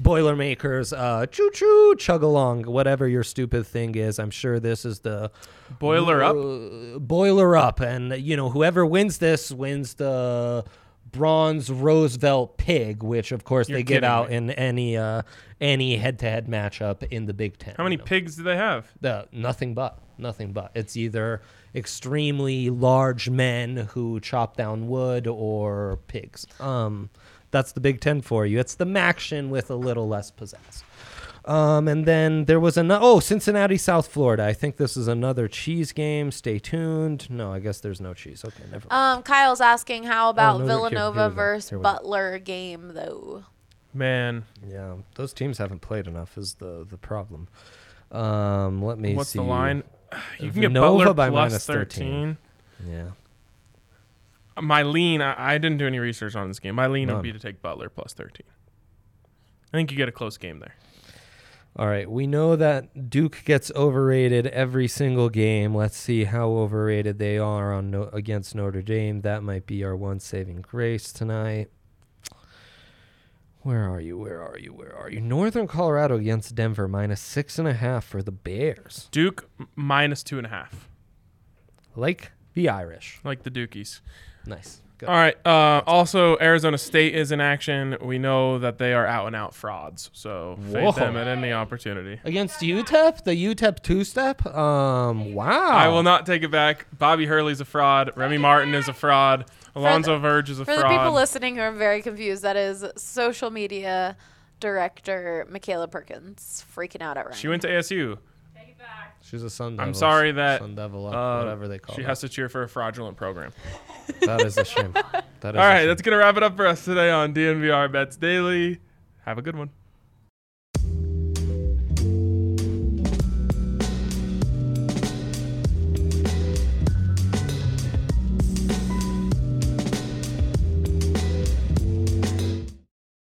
[SPEAKER 2] Boilermakers, uh, choo choo, chug along, whatever your stupid thing is. I'm sure this is the
[SPEAKER 1] boiler up.
[SPEAKER 2] uh, boiler up and you know whoever wins this wins the bronze roosevelt pig which of course
[SPEAKER 1] You're
[SPEAKER 2] they get
[SPEAKER 1] kidding
[SPEAKER 2] out
[SPEAKER 1] me.
[SPEAKER 2] in any uh any head-to-head matchup in the big ten
[SPEAKER 1] How many
[SPEAKER 2] you know.
[SPEAKER 1] pigs do they have?
[SPEAKER 2] The- nothing but nothing but it's either extremely large men who chop down wood or pigs um that's the big ten for you it's the maction with a little less pizzazz um, and then there was another. Oh, Cincinnati, South Florida. I think this is another cheese game. Stay tuned. No, I guess there's no cheese. Okay, never.
[SPEAKER 1] Uh,
[SPEAKER 2] mind.
[SPEAKER 3] Um, Kyle's asking how about
[SPEAKER 2] no, here- here
[SPEAKER 3] Villanova
[SPEAKER 2] we go,
[SPEAKER 3] versus
[SPEAKER 2] here we go.
[SPEAKER 3] Butler game though.
[SPEAKER 1] Man,
[SPEAKER 2] yeah, those teams haven't played enough. Is the the problem? Um, let me
[SPEAKER 1] what's
[SPEAKER 2] see.
[SPEAKER 1] the line? You can get
[SPEAKER 2] Villanova
[SPEAKER 1] Butler
[SPEAKER 2] by
[SPEAKER 1] plus
[SPEAKER 2] minus 13.
[SPEAKER 1] 13.
[SPEAKER 2] Yeah.
[SPEAKER 1] My lean, I, I didn't do any research on this game. My lean
[SPEAKER 2] None.
[SPEAKER 1] would be to take Butler plus 13. I think you get a close game there.
[SPEAKER 2] All right. We know that Duke gets overrated every single game. Let's see how overrated they are on no- against Notre Dame. That might be our one saving grace tonight. Where are you? Where are you? Where are you? Northern Colorado against Denver minus six and a half for the Bears.
[SPEAKER 1] Duke m- minus two and a half,
[SPEAKER 2] Like the Irish.
[SPEAKER 1] like the Dukies.
[SPEAKER 2] Nice. Good.
[SPEAKER 1] All right. Uh, also, Arizona State is in action. We know that they are out and out frauds. So fade
[SPEAKER 2] Whoa.
[SPEAKER 1] them at any opportunity.
[SPEAKER 2] Against UTEP, the UTEP two step. Um, wow.
[SPEAKER 1] I will not take it back. Bobby Hurley's a fraud. Remy Martin is a fraud. Alonzo Verge is a
[SPEAKER 3] For
[SPEAKER 1] fraud.
[SPEAKER 3] the people listening who are very confused, that is social media director Michaela Perkins freaking out at Ryan.
[SPEAKER 1] she went to ASU.
[SPEAKER 5] Take it back.
[SPEAKER 4] She's a sun devil.
[SPEAKER 1] I'm sorry that
[SPEAKER 4] Sun devil up,
[SPEAKER 1] uh,
[SPEAKER 4] whatever they call
[SPEAKER 1] she
[SPEAKER 4] it.
[SPEAKER 1] has to cheer for a fraudulent program.
[SPEAKER 4] that is a shame. That is
[SPEAKER 1] All
[SPEAKER 4] a
[SPEAKER 1] right,
[SPEAKER 4] shame.
[SPEAKER 1] that's gonna wrap it up for us today on DNVR Bets Daily. Have a good one.